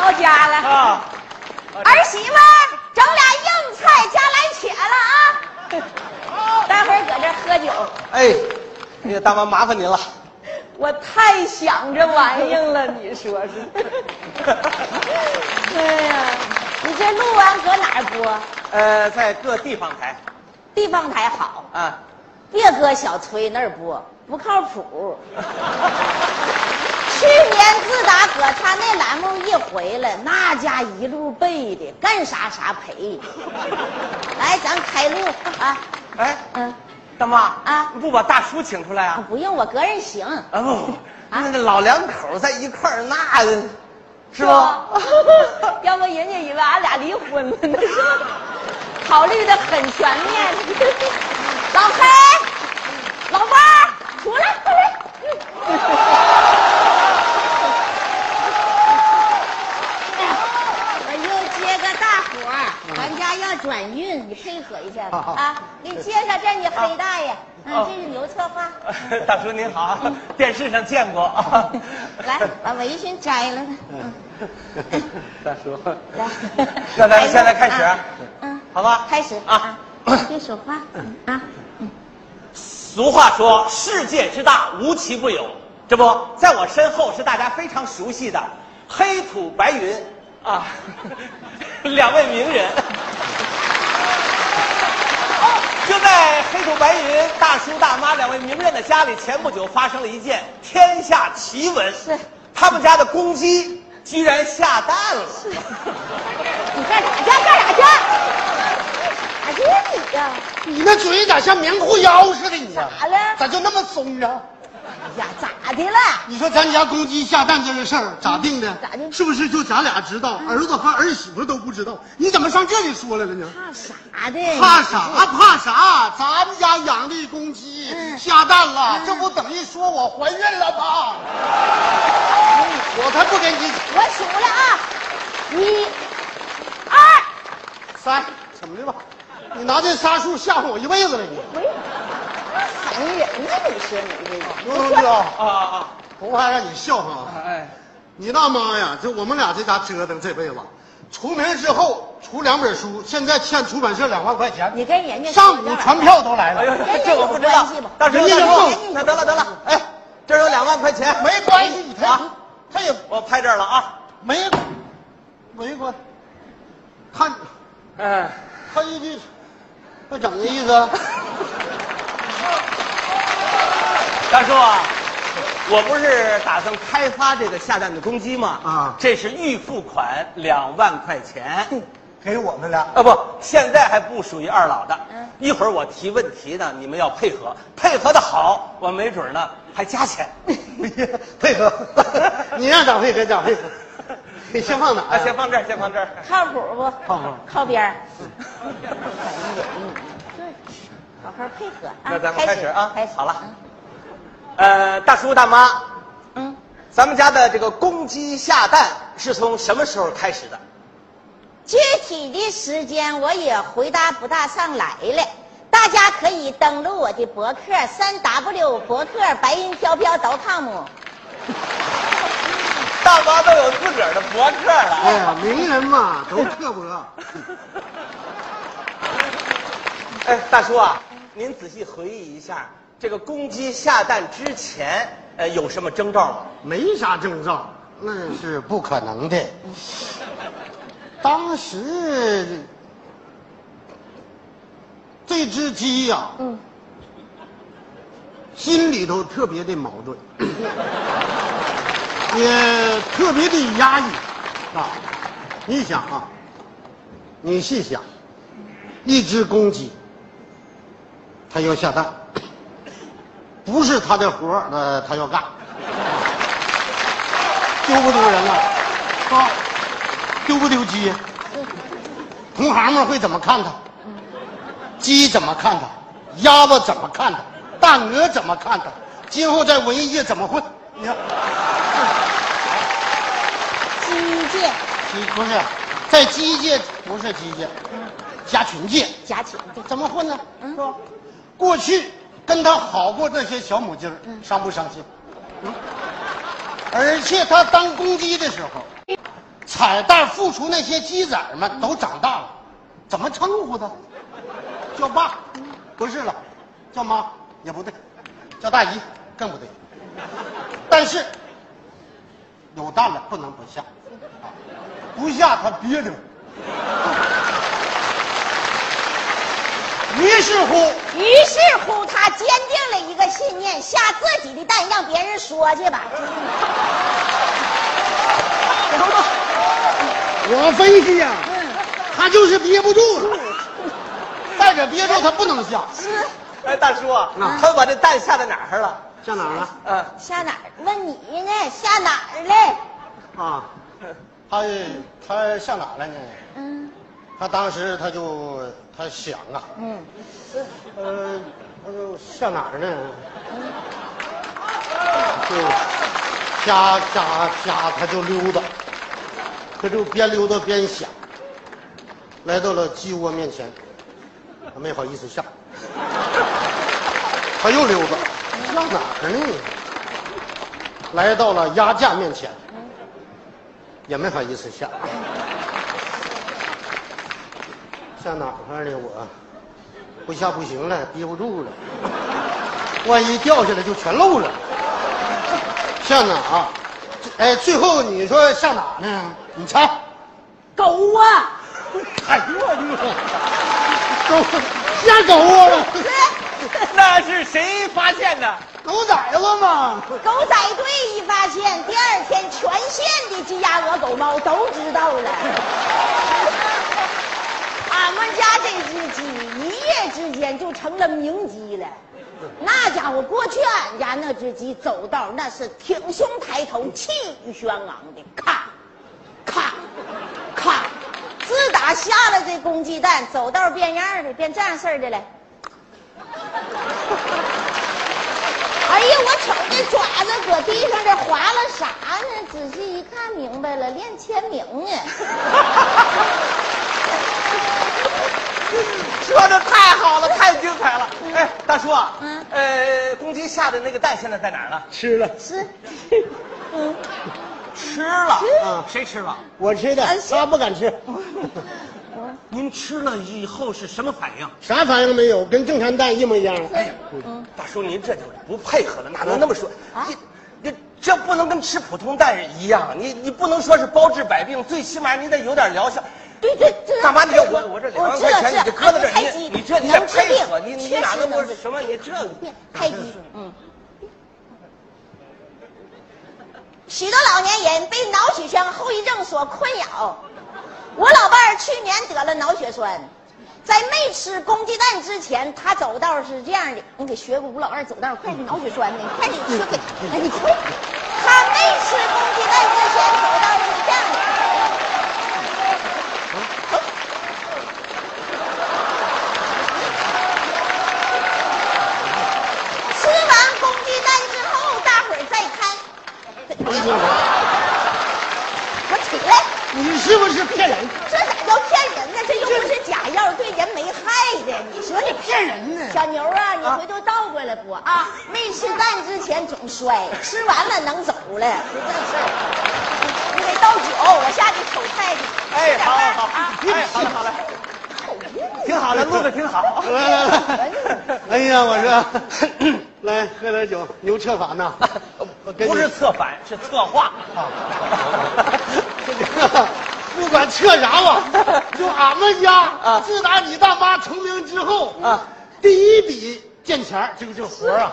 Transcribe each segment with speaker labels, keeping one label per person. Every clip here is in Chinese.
Speaker 1: 哎 家了。
Speaker 2: 啊，
Speaker 1: 儿媳妇儿整俩硬菜加蓝茄了啊！ 待会儿搁这喝酒，
Speaker 2: 哎，那个大妈麻烦您了。
Speaker 1: 我太想这玩意儿了，你说是？ 哎呀，你这录完搁哪儿播？
Speaker 2: 呃，在各地方台
Speaker 1: 地方台好，
Speaker 2: 啊，
Speaker 1: 别搁小崔那儿播，不靠谱。去年自打搁他那栏目一回来，那家一路背的，干啥啥赔。来，咱开录啊，
Speaker 2: 哎，
Speaker 1: 嗯、
Speaker 2: 大妈
Speaker 1: 啊
Speaker 2: 你不把大叔请出来啊？
Speaker 1: 不用我个人行，
Speaker 2: 啊不不，那那老两口在一块儿，那是吧
Speaker 1: 吧？？ 要不人家以为俺俩离婚了呢， 是吧考虑的很全面。老黑，老八，出来，快来。我又接个大活儿，咱家要转运，你配合一下子
Speaker 2: 好好
Speaker 1: 啊！给你介绍，这是你黑大爷，嗯，这是牛策划。
Speaker 2: 大叔您好，电视上见过。
Speaker 1: 来，把围裙摘了呢。嗯
Speaker 2: 大叔，
Speaker 1: 来，
Speaker 2: 那咱们现在开始
Speaker 1: 啊嗯，
Speaker 2: 好吧？
Speaker 1: 开始
Speaker 2: 啊
Speaker 1: 啊！ 别说话啊！
Speaker 2: 俗话说，世界之大，无奇不有。这不，在我身后是大家非常熟悉的黑土白云啊， 两位名人。就在黑土白云大叔大妈两位名人的家里，前不久发生了一件天下奇闻，
Speaker 1: 是
Speaker 2: 他们家的公鸡居然下蛋了。
Speaker 1: 你干啥去？干啥去？哎咋去你呀？
Speaker 3: 你那嘴咋像棉裤腰似的？你呀
Speaker 1: 咋了
Speaker 3: 咋就那么松着？
Speaker 1: 哎呀，咋的了？
Speaker 3: 你说咱家公鸡下蛋这个事儿咋定的？
Speaker 1: 咋定嗯
Speaker 3: 是不是就咱俩知道，儿子和儿媳妇都不知道？你怎么上这里说来了呢？
Speaker 1: 怕啊啥的？
Speaker 3: 怕啥怕啥？咱们家养的公鸡
Speaker 1: 嗯
Speaker 3: 下蛋了，这不等于说我怀孕了吗？
Speaker 1: 嗯
Speaker 3: 我才不跟你
Speaker 1: 我数了啊，一、二，
Speaker 3: 三什么的吧？你拿这仨数吓唬我一辈子了，你
Speaker 1: 喂，狠人呐！你说你这个，
Speaker 3: 刘同志啊，
Speaker 2: 啊啊！
Speaker 3: 不怕让你笑话啊。
Speaker 2: 哎，
Speaker 3: 你大妈呀，这我们俩这家折腾这辈子，出名之后出两本书，现在欠出版社两万块钱，
Speaker 1: 你跟人家
Speaker 3: 上午传票都来
Speaker 2: 哎呦
Speaker 3: 了，，
Speaker 2: 这我不知道。大叔，大叔，那得了得了，哎，这儿有两万块钱，
Speaker 3: 没关系，
Speaker 1: 哎
Speaker 3: 他也、
Speaker 2: 啊
Speaker 3: 他也
Speaker 2: 我拍这儿了啊。
Speaker 3: 没没关，他
Speaker 2: 嗯，
Speaker 3: 他一句，那怎么意 思啊？
Speaker 2: 大叔啊，我不是打算开发这个下蛋的公鸡吗？
Speaker 3: 啊
Speaker 2: 这是预付款两万块钱。
Speaker 3: 给我们俩
Speaker 2: 啊不，现在还不属于二老的。
Speaker 1: 嗯
Speaker 2: 一会儿我提问题呢，你们要配合，配合的好，我没准儿呢还加 钱。
Speaker 3: 配合，你让长配合长配合，你先放哪儿
Speaker 2: 啊，
Speaker 3: 呀？
Speaker 2: 先放这儿，先放这儿。
Speaker 1: 靠谱不？
Speaker 3: 靠谱
Speaker 1: 靠边 儿。嗯对，好好配合啊！
Speaker 2: 那咱们开始啊
Speaker 1: 开始
Speaker 2: 好了呃，大叔大妈，
Speaker 1: 嗯，
Speaker 2: 咱们家的这个公鸡下蛋是从什么时候开始的？
Speaker 1: 具体的时间我也回答不大上来了，大家可以登录我的博客三 W 博客白云飘飘 .com。
Speaker 2: 大妈都有自个儿的博客了。
Speaker 3: 哎呀，名人嘛都刻薄。
Speaker 2: 哎，大叔啊，您仔细回忆一下，这个公鸡下蛋之前，呃，有什么征兆吗？
Speaker 3: 没啥征兆，那是不可能的。当时这只鸡呀、
Speaker 1: 嗯，
Speaker 3: 心里头特别的矛盾， 也特别的压抑啊。你想啊，你细想，一只公鸡，它要下蛋，不是它的活儿，呃，它要干，丢不丢人了？啊，丢不丢鸡？同行们会怎么看它？鸡怎么看它？鸭子怎么看它？大鹅怎么看它？今后在文艺界怎么混？你看，
Speaker 1: 机界
Speaker 3: 鸡不是在鸡界，不是鸡界，家禽界
Speaker 1: 假请
Speaker 3: 怎么混呢？
Speaker 1: 嗯
Speaker 3: 是吧？过去跟他好过这些小母鸡儿，伤不伤心？嗯而且他当公鸡的时候，彩蛋复出那些鸡仔儿们都长大了，怎么称呼他？叫爸，不是了，叫妈也不对，叫大姨更不对。但是有蛋了不能不下，啊不下他憋着。于是乎，
Speaker 1: 于是乎，他坚定了一个信念：下自己的蛋，让别人说去吧。
Speaker 3: 我分析呀、他就是憋不住 了，再者憋住他不能下，
Speaker 2: 哎，大叔啊，
Speaker 3: 啊
Speaker 2: 他们把这蛋下在哪儿了？
Speaker 3: 下哪儿了？
Speaker 2: 嗯、
Speaker 1: 下哪儿？问你呢？下哪儿嘞？
Speaker 3: 啊，他他下哪儿了呢？
Speaker 1: 嗯
Speaker 3: 他当时他就他想啊，
Speaker 1: 嗯，
Speaker 3: 呃，他就下哪儿呢？就瞎瞎瞎，他就溜达，他就边溜达边想，来到了鸡窝面前，他没好意思下，他又溜达，下哪儿呢？来到了鸭架面前，也没好意思下，下哪儿了呢？我啊不下不行了，憋不住了，万一掉下来就全漏了。下哪儿啊？哎，最后你说下哪儿呢？你猜？
Speaker 1: 狗啊窝。
Speaker 3: 哎呦我的妈！狗下狗啊窝了，
Speaker 2: 那是谁发现的？
Speaker 3: 狗崽子嘛！
Speaker 1: 狗仔队一发现，第二天全县的鸡鸭鹅狗猫都知道了。俺们家这只鸡一夜之间就成了名鸡了。那家伙，过去俺家那只鸡走道那是挺胸抬头、气宇轩昂的，咔，咔，咔。自打下了这公鸡蛋，走道变样儿的，变这样式儿的了。哎呀，我瞅这爪子搁地上这划拉啥呢？仔细一看明白了，练签名啊呢。
Speaker 2: 说的太好了，太精彩了！哎，大叔啊，
Speaker 1: 嗯
Speaker 2: 呃，公鸡下的那个蛋现在在哪儿呢？
Speaker 3: 吃了，
Speaker 1: 是，嗯，
Speaker 2: 吃了，嗯，谁吃了？
Speaker 3: 我吃的
Speaker 1: 哎是
Speaker 3: 他不敢吃，
Speaker 2: 您吃了以后是什么反应？
Speaker 3: 啥反应没有，跟正常蛋一模一样。
Speaker 2: 哎呀，大叔，您这就是不配合了，哪能那么说？
Speaker 1: 啊
Speaker 2: 这这这不能跟吃普通蛋一样，你你不能说是包治百病，最起码你得有点疗效。
Speaker 1: 对对对。
Speaker 2: 干嘛你看我我这两万块钱，你就搁在这
Speaker 1: 太
Speaker 2: 儿，
Speaker 1: 极
Speaker 2: 你你这你得
Speaker 1: 能治
Speaker 2: 配合，你
Speaker 1: 病，
Speaker 2: 你
Speaker 1: 确
Speaker 2: 哪
Speaker 1: 实
Speaker 2: 能不
Speaker 1: 治
Speaker 2: 什么？你这
Speaker 1: 病太极，嗯。许多老年人被脑血栓后遗症所困扰。我老伴儿去年得了脑血栓，在没吃公鸡蛋之前，他走道是这样的。你给学个吴老二走道，快点脑血栓呢，你快点去给，哎你快点。他没吃公鸡蛋之前走道是这样的。吃完公鸡蛋之后，大伙儿再看。 我起来，
Speaker 3: 你是不是骗人？
Speaker 1: 这咋叫骗人呢？这又不是假药，对人没害的。你说你骗人呢？小牛啊，你回头倒过来不啊？没吃蛋之前总摔，吃完了能走了，就这事儿。你得倒酒，我下去瞅太太。
Speaker 2: 哎，
Speaker 1: 吃点
Speaker 2: 好
Speaker 1: 饭
Speaker 2: 好
Speaker 1: 啊啊
Speaker 2: 好，哎，好了好了，挺好的，录的挺好。
Speaker 3: 来来来，哎呀，我说， 来喝点酒，牛彻法呢？我跟你
Speaker 2: 不是策反，是策划。
Speaker 1: 啊
Speaker 3: 不管撤 啥吧，就俺们家
Speaker 2: 啊
Speaker 3: 自打你大妈成名之后
Speaker 2: 啊，
Speaker 3: 第一笔见钱儿这个这活儿啊，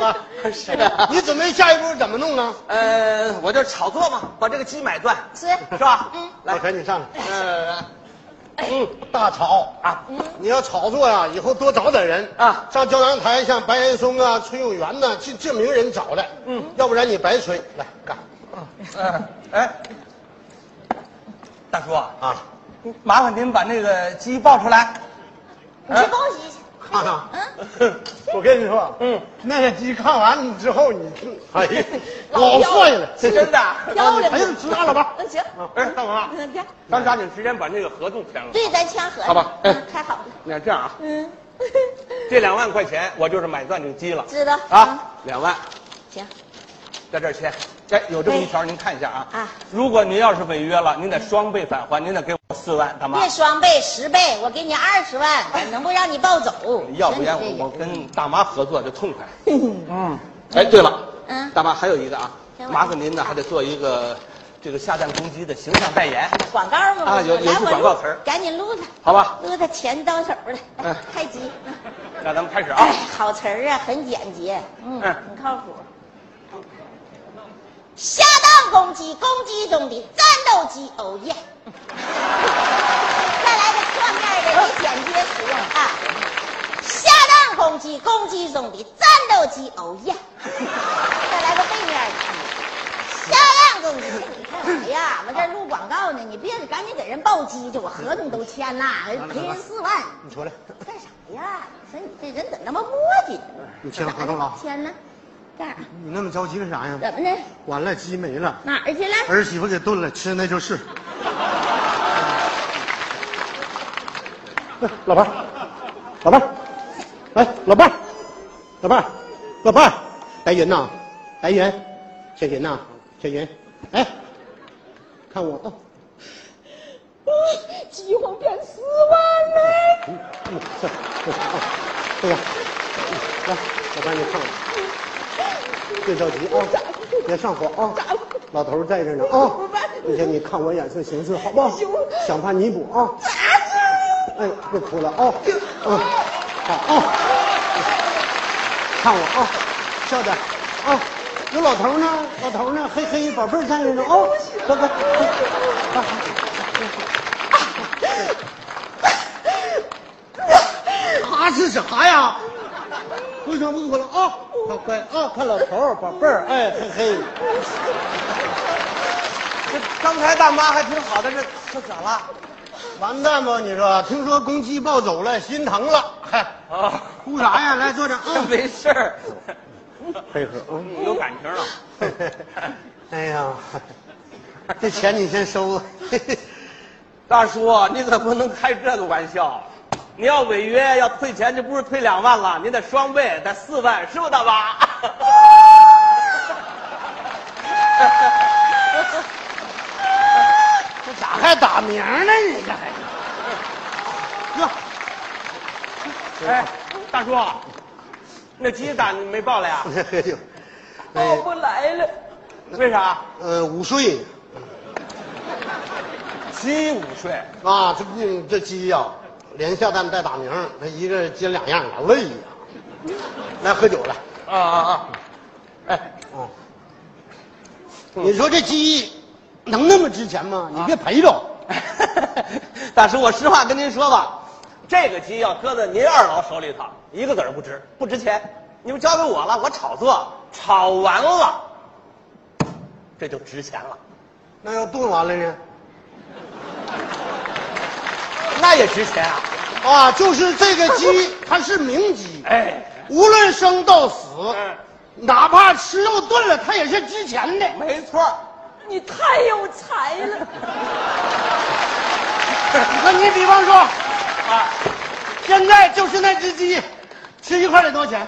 Speaker 3: 啊
Speaker 2: 是啊
Speaker 3: 你准备下一步怎么弄呢？
Speaker 2: 呃，我就炒作嘛，把这个鸡买断，
Speaker 1: 吃
Speaker 2: 是吧？
Speaker 1: 嗯
Speaker 2: 来
Speaker 3: 老陈，你上来。
Speaker 2: 呃，
Speaker 3: 嗯，大炒
Speaker 2: 啊，
Speaker 3: 你要炒作呀、以后多找点人
Speaker 2: 啊
Speaker 3: 上教堂台，像白岩松啊、崔永元呐、这这名人找来，嗯，要不然你白吹。来干
Speaker 2: 嗯，哎，大叔啊，
Speaker 3: 啊！
Speaker 2: 麻烦您把那个鸡抱出来。嗯呃
Speaker 1: 你去恭喜去。
Speaker 3: 看看，
Speaker 1: 嗯，
Speaker 3: 我跟你说，
Speaker 2: 嗯，
Speaker 3: 那个鸡看完你之后，你听，哎呀，
Speaker 1: 老
Speaker 3: 老
Speaker 1: 漂
Speaker 3: 帅了，
Speaker 2: 是 真的
Speaker 1: 漂亮
Speaker 3: 哎呀，吃大了吧？
Speaker 1: 那行，
Speaker 2: 嗯
Speaker 3: 啊，哎，干嘛？
Speaker 1: 那边
Speaker 2: 咱抓紧时间把这个合同签了。
Speaker 1: 对咱签合同。
Speaker 2: 好吧
Speaker 1: 嗯太好了。
Speaker 2: 那这样啊，
Speaker 1: 嗯，
Speaker 2: 这两万块钱我就是买断这个鸡了啊
Speaker 1: 知道。
Speaker 2: 啊，两万
Speaker 1: 嗯行。
Speaker 2: 在这儿签。哎，有这么一条，您看一下啊。
Speaker 1: 啊
Speaker 2: 如果您要是违约了，您得双倍返还，您得给我四万，大妈
Speaker 1: 别。双倍十倍，我给你二十万，我能不让你抱走？
Speaker 2: 哎要不然
Speaker 1: 真是这
Speaker 2: 我我
Speaker 1: 人
Speaker 2: 跟大妈合作就痛快。嗯。哎，对了，
Speaker 1: 嗯
Speaker 2: 大妈还有一个啊
Speaker 1: 行，了
Speaker 2: 麻烦您呢还得做一个这个下蛋公鸡的形象代言，
Speaker 1: 广告吗？
Speaker 2: 啊有有
Speaker 1: 来
Speaker 2: 句
Speaker 1: 我
Speaker 2: 广告词儿
Speaker 1: 录赶紧撸它，
Speaker 2: 好吧？
Speaker 1: 撸它钱到手了，哎
Speaker 2: 嗯
Speaker 1: 太急。嗯
Speaker 2: 那咱们开始啊
Speaker 1: 哎。，好词儿啊，很简洁，嗯，
Speaker 2: 嗯
Speaker 1: 很靠谱。下蛋公鸡，公鸡中的战斗机，哦耶！再来个侧面的，也简洁实用啊。下蛋公鸡，公鸡中的战斗机，哦耶！再来个背面的。下蛋公鸡，你干啥呀？我这录广告呢，你别赶紧给人报机去，我合同都签了，赔人四万。
Speaker 2: 你出来。
Speaker 1: 干啥呀？说你这人怎么那么磨叽呢？
Speaker 3: 你签合同了
Speaker 1: 签呢？干啥？
Speaker 3: 你那么着急干啥呀？
Speaker 1: 怎么的？
Speaker 3: 完了，鸡没了，
Speaker 1: 哪儿去了？
Speaker 3: 儿媳妇给炖了，吃那就是。哎老伴儿，老伴儿，哎，老伴儿，老伴儿，老伴儿，白云呐，白云，小云呐，小云，哎，看我哦，哎
Speaker 1: 饥荒变四万了！
Speaker 3: 嗯嗯，这这哦，这个，来，老伴儿你看我。别着急啊、别上火啊、老头儿在这儿呢啊、你看你看我眼色行事好不好？想法弥补啊、哎，别哭了啊、嗯，好啊、看我啊、笑点啊、有老头儿呢，老头儿呢，嘿嘿，宝贝儿在这儿呢啊、快快快，啊啊是啥呀？为啥不哭了啊？快快啊，快老头儿，宝贝儿，哎嘿嘿，
Speaker 2: 这刚才大妈还挺好的，这这咋了？
Speaker 3: 完蛋吧你说？听说公鸡抱走了，心疼了，嗨，
Speaker 2: 啊，
Speaker 3: 哭啥呀？来坐着啊，
Speaker 2: 没事儿，
Speaker 3: 配合啊。
Speaker 2: 有感情了。
Speaker 3: 哎呀， 这钱你先收啊。
Speaker 2: 大叔，你可不能开这个玩笑，你要违约要退钱，就不是退两万了，你得双倍，得四万，是不是大妈？
Speaker 3: 这 咋还打鸣呢？你这还？哥，
Speaker 2: 哎，大叔，那鸡蛋你没抱来呀、
Speaker 3: 喝酒。
Speaker 2: 抱不来了，哎为啥？
Speaker 3: 呃，午睡
Speaker 2: 鸡午睡，
Speaker 3: 啊，这嗯这鸡呀、连下蛋带打鸣，它一个接两样，老累呀、来喝酒来。
Speaker 2: 啊啊啊！哎，
Speaker 3: 啊，你说这鸡能那么值钱吗？你别赔着。
Speaker 2: 大叔，我实话跟您说吧，这个鸡要搁在您二老手里头，一个子儿不值，不值钱。你们交给我了，我炒作，炒完了，这就值钱了，
Speaker 3: 那要炖完了呢？
Speaker 2: 那也值钱啊！
Speaker 3: 啊，就是这个 鸡，它是名鸡，
Speaker 2: 哎，
Speaker 3: 无论生到死，
Speaker 2: 嗯
Speaker 3: 哪怕吃肉炖了，它也是值钱的。
Speaker 2: 没错儿，
Speaker 1: 你太有才了！
Speaker 3: 那你比方说，
Speaker 2: 啊，
Speaker 3: 现在就是那只鸡，吃一块得多少钱？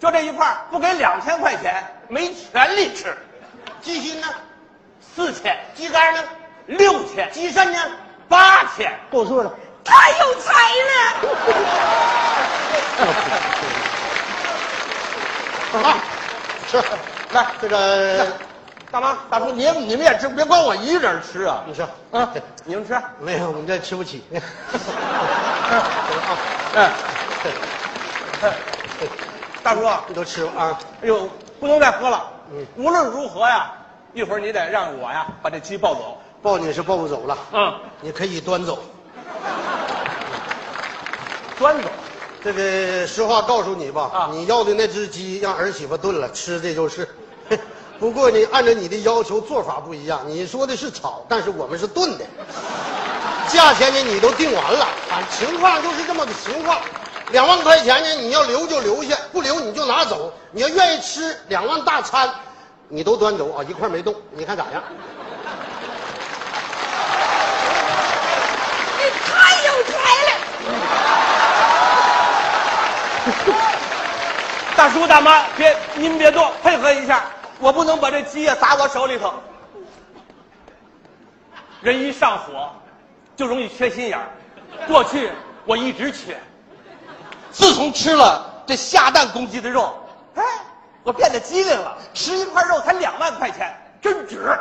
Speaker 2: 就这一块儿不给两千块钱，没权利吃，
Speaker 3: 鸡心呢？
Speaker 2: 四千、
Speaker 3: 鸡肝呢？
Speaker 2: 六千、
Speaker 3: 鸡肾呢？
Speaker 2: 八千，
Speaker 3: 够数了。
Speaker 1: 太有才 了！
Speaker 2: 哎
Speaker 3: 啊，这来这个，
Speaker 2: 大妈、大叔，您你们也吃，别光我一人吃啊！
Speaker 3: 你说
Speaker 2: 啊
Speaker 3: 啊，，
Speaker 2: 你们吃。
Speaker 3: 没有，我们这吃不 起。
Speaker 2: 嗯
Speaker 3: 啊
Speaker 2: 哎，大叔，哎
Speaker 3: 你都吃吧啊！
Speaker 2: 呦，不能再喝了
Speaker 3: 嗯。
Speaker 2: 无论如何呀，一会儿你得让我呀把这鸡抱走。
Speaker 3: 抱你是抱不走了，
Speaker 2: 嗯，
Speaker 3: 你可以端走。
Speaker 2: 端走。
Speaker 3: 这个实话告诉你吧，
Speaker 2: 啊
Speaker 3: 你要的那只鸡让儿媳妇炖了，吃的就是。 不过呢，按照你的要求做法不一样，你说的是炒，但是我们是炖的。价钱呢，你都定完了，反正情况就是这么个情况。两万块钱呢，你要留就留下，不留你就拿走。你要愿意吃两万大餐，你都端走啊，一块没动，你看咋样？
Speaker 1: 你太有才哎了！
Speaker 2: 大叔大妈，别您别动，配合一下。我不能把这鸡呀、砸我手里头。人一上火，就容易缺心眼儿。过去我一直缺，自从吃了这下蛋公鸡的肉，哎，我变得机灵了。吃一块肉才两万块钱，真值。